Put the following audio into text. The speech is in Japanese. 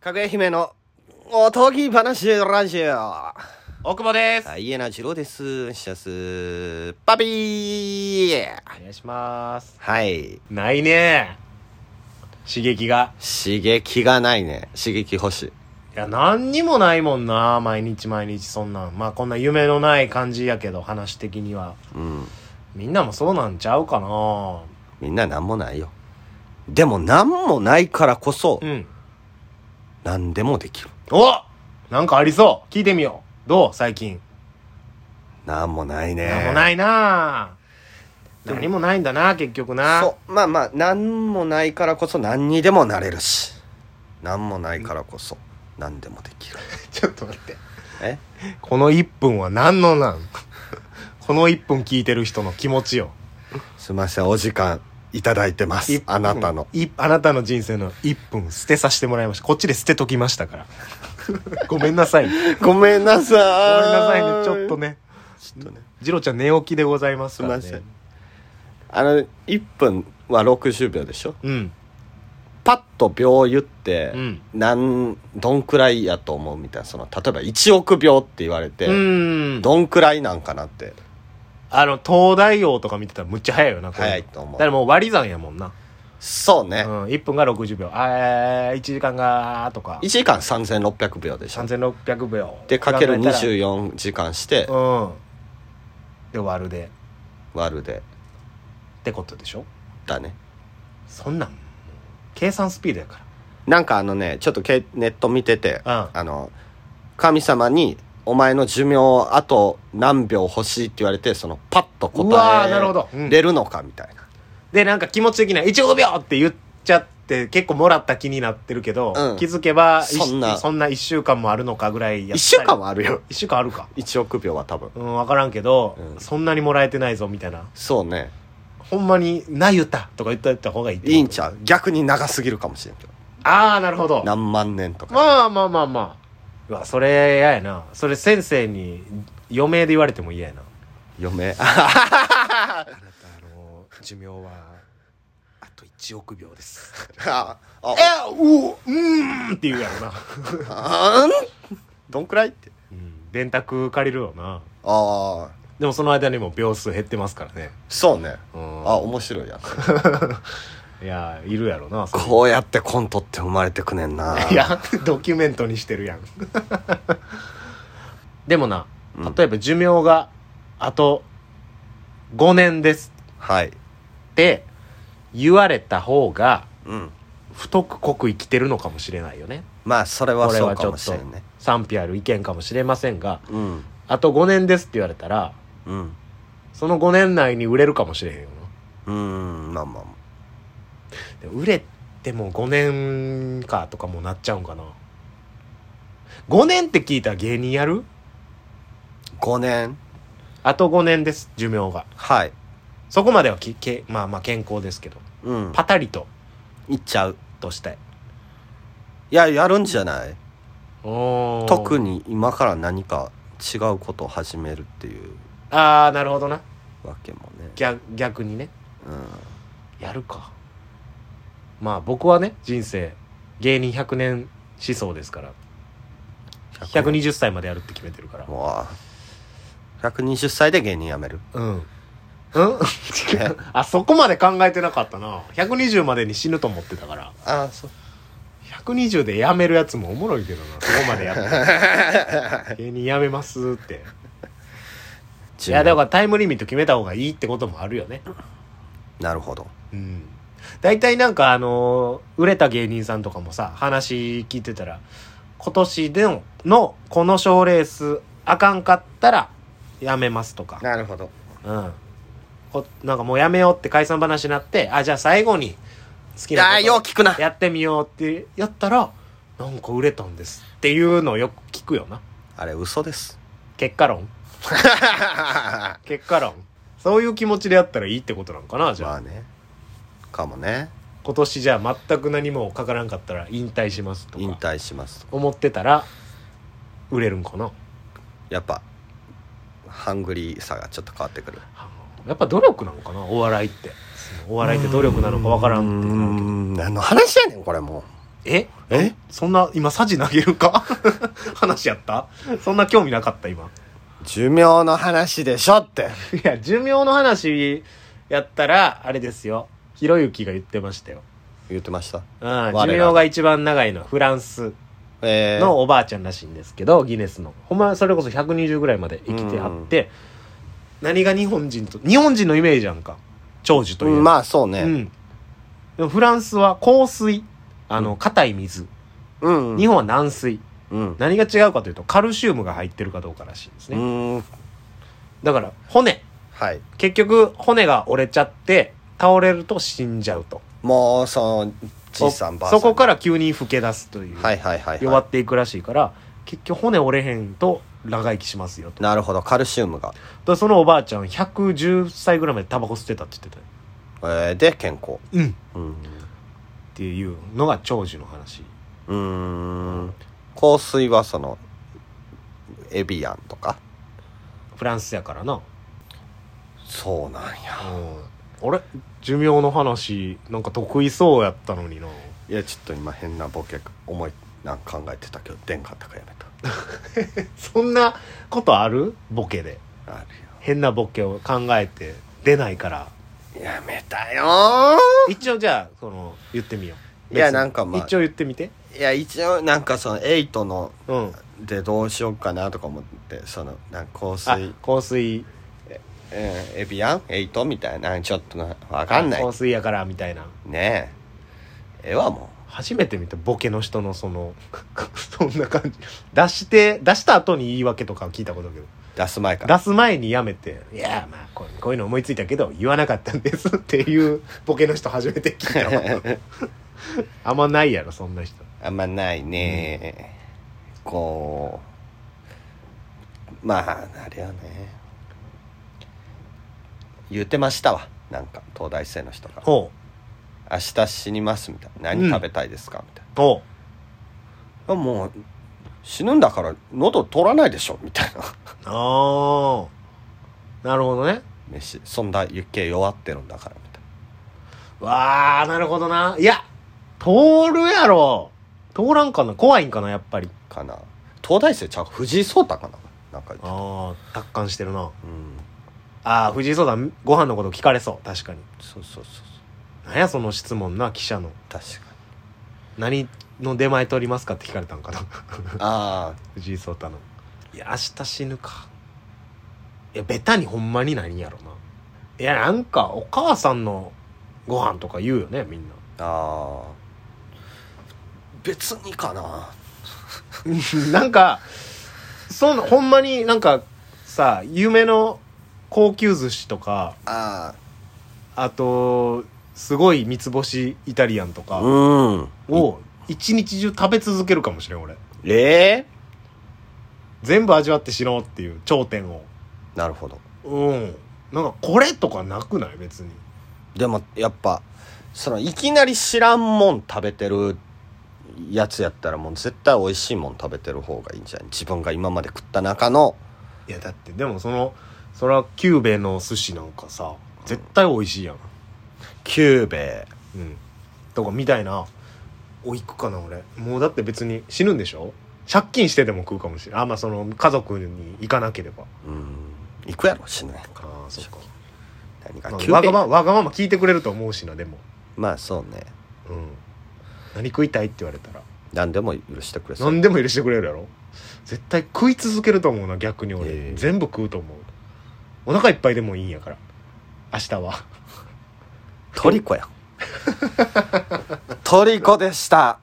かぐや姫のおとぎ話ラジオ。あ大久保です。家な次郎です。シャス、パピーお願いします。はい。ないね刺激が。刺激がないね。刺激欲しい。いや、何にもないもんな。毎日毎日そんなん。まあ、こんな夢のない感じやけど、話的には。うん。みんなもそうなんちゃうかな。みんななんもないよ。でもなんもないからこそ、うん。なんでもできる。おなんかありそう。聞いてみよう。どう最近。なんもないね。何もないな。でも何もないんだな、結局な。そう。まあまあ、なんもないからこそ何にでもなれるし。なんもないからこそ、何でもできる。ちょっと待って。えこの1分は何のなん この1分聞いてる人の気持ちよ。すいません、お時間いただいてます一。分あなたの。いあなたの人生の1分捨てさせてもらいましたこっちで捨てときましたから ごめんなさいねごめごんめんなさい。なさいねちょっと。ねちょっとね。次郎ちゃん寝起きでございますから、ね、すいまあの、1分は60秒でしょうんパッと秒言って、うんなん、どんくらいやと思うみたいな、その、例えば1億秒って言われて、うんどんくらいなんかなって、あの東大王とか見てたらむっちゃ早いよなこれ早いと思だうからもう割り算やもんな、そううね。ん、1分が60秒あー1時間がとか1時間3600秒でしょ3600秒で、かける考えたら24時間して、うんで割るでっ割るで、てことでしょだね。そんなん計算スピードやかなんかあのね、ちょっとけネット見てて、らうんあの、神様に、お前の寿命あと何秒欲しいって言われて、そのパッとうわーなるほ答どうえんれるのかみたいでなんか気持ち的には1億秒って言っちゃって結構もらった気になってるけど、うん気づけばそんな一そんな1週間もあるのかぐらいやな。一週間はあるよ。 1週間あるか一億秒は多分。うん分からんけど、うんそんなにもらえてないぞみたいなそうね。ほんまに「な言った」とか言っといた方がいいってこといいんちゃう逆に長すぎるかもしれんけど。ああなるほど何万年とか。まあまあまあまあうわそれ嫌やなそれ先生に余命で言われても嫌やな余命。あなたの寿命はあと1億秒ですあ、あ えううんって言うやろなあんどんくらいって。うん電卓借りるよなああ、でもその間にも秒数減ってますからねそうね。うんあ、面白いやん。いやいるやろなそれこうやってコントって生まれてくねんな。いやドキュメントにしてるやん でもなうん例えば寿命があと5年ですはい。って言われた方がうん。太く濃く生きてるのかもしれないよねまあ、それはこれそうはちかょもっしとれんね。賛否ある意見かもしれませんがうん。あと5年ですって言われたらうん。その5年内に売れるかもしれへんよなうーん、まあまあまでも売れても5年かとかもなっちゃうんかな5年って聞いたら芸人やるあ。5年。あと5年です寿命がはい。そこまではきけまあまあ健康ですけどうん。パタリといっちゃう。としたいいや、やるんじゃない特にに今から何か違うことを始めるっていうああなるほどなわけもね。逆逆にねうん。やるかまあ僕はね人生芸人100年思想ですから120歳までやるって決めてるからうわあ120歳で芸人辞める。うん。うん あ、そこまで考えてなかったな。120までに死ぬと思ってたから。ああ、そう。 120で辞めるやつもおもろいけどな。そこまでや ったら。芸人辞めますって。いや、だからタイムリミット決めた方がいいってこともあるよね。なるほど。うん。大体なんかあのー売れた芸人さんとかもさ、話聞いてたら、今年での、のこの賞レース、あかんかったら、辞めますとか。なるほど。うん、こなんかもうやめようって解散話になってあじゃあ最後に好きいやなー、ようこ聞くなと。やってみようってやったらなんか売れたんですっていうのをよく聞くよなあれ、嘘 です。結果論ま結果論そういう気持ちでやったらいいってことなんかなじゃあ、あね。かもね。今年じゃあ全く何もかからんかったら引退しますと引か退します。思ってたら売れるんかなやっぱ、ハングリーさがちょっと変わってくる。あのやっぱ努力なのかなお笑いってそのお笑いって努力なのかわからんってなるけどうーん何の話やねんこれもええそんな、今、サジ投げるか 話やったそんな興味なかった、今。寿命の話でしょって。いや、寿命の話やったら、あれですよ。ひろゆきが言ってましたよ。言ってました。うん、が寿命が一番長いのはフランスえー、のおばあちゃんらしいんですけど、ギネスの。ほんま、それこそ120ぐらいまで生きてはって、何が日本人と、日本人のイメージやんか。長寿というう。んまあそうね。うん。でもフランスは硬水。あの、硬い水。うん。うん。日本は軟水。うん。何が違うかというと、カルシウムが入ってるかどうからしいんですうね。ーん。だから、骨。はい。結局、骨が折れちゃって、倒れると死んじゃうと。もう、その、じいさんばあさん。そこから急に老け出すという。はいはいはい、弱はっていくらしいから、結局骨折れへんと長生きしますよと。い。なるほど、カルシウムが。だからそのおばあちゃん110歳ぐらいまでタバコ吸ってたって言ってたよえー、で、健康。うん。っうん。ていうのが長寿の話。うーん。香水はその、エビアンとか。フランスやからな。そうなんや。うん。あれ寿命の話、なんか得意そうやったのにな。いや、ちょっと今変なボケ、思い、なんか考えてたけど、出んかったからやめた。そんなことあるボケで。あ変なボケを考えて出ないから。るよ。やめたよー一応じゃあ、その、言ってみよう。いや別になんかまあ一応言ってみて。いや一応なんかそのエイトのうん。でどうしようかなとか思ってそのなんか香あ水、、香水。えーエビアンエイトみたいなちょっとなわかんない香水やから、みたいな。ねえええわも初めて見たボケの人の そのそんな感じ出して出した後に言い訳とか聞いたことあるけどう出す前から出す前にやめて「いやまあこうこういうの思いついたけど言わなかったんです」って いうボケの人初めて聞いたわ あんまないやろそんな人あんまないね、こうまああれやね言ってましたわなんか東大生の人がほ「明日死にます」みたいな「うん何食べたいですか?」みたいうほなあ「もう死ぬんだから喉取らないでしょ」みたいな うああなるほどね飯そんな余計弱ってるんだからみたいわあなるほどないや通るやろ通らんかな怖いんかなやっぱりなかな東大生ちゃう藤井聡太かななんか言ってたああ達観してるうなんああ藤井聡太ご飯のこと聞かれそう確かにそうそうそうそうなんやその質問な記者の確か何の出前取りますかって聞かれたんかな にあ藤井聡太のいや明日死ぬかいやベタにほんまに何やろないやなんかお母さんのご飯とか言うよねみんなあああ別にかな なんかそんなほんまになんかさ夢の高級寿司とかああとすごい三つ星イタリアンとかうんを一日中食べ続けるかもしれん俺ええ全部味わって死のうっていう頂点をなるほどうんなんかこれとかなくない別にでもやっぱそのいきなり知らんもん食べてるやつやったらもう絶対美味しいもん食べてる方がいいんじゃない自分が今まで食った中のいやだってでもそのそれは久兵衛の寿司なんかさ絶対美味しいやん久兵衛うんとかみたいなおいくかな俺もうだって別に死ぬんでしょ借金してでも食うかもしれないあまあその家族に行かなければうん行くやろ死ぬやんからああそっか、何まがあ久わ兵が衛ままわがまま聞いてくれると思うしなでもまあそうねうん何食いたいって言われたら何でも許してくれそう何でも許してくれるやろ絶対食い続けると思うな逆に俺、ええ全部食うと思うお腹いっぱいでもいいんやから明日はトリコやんトリコでした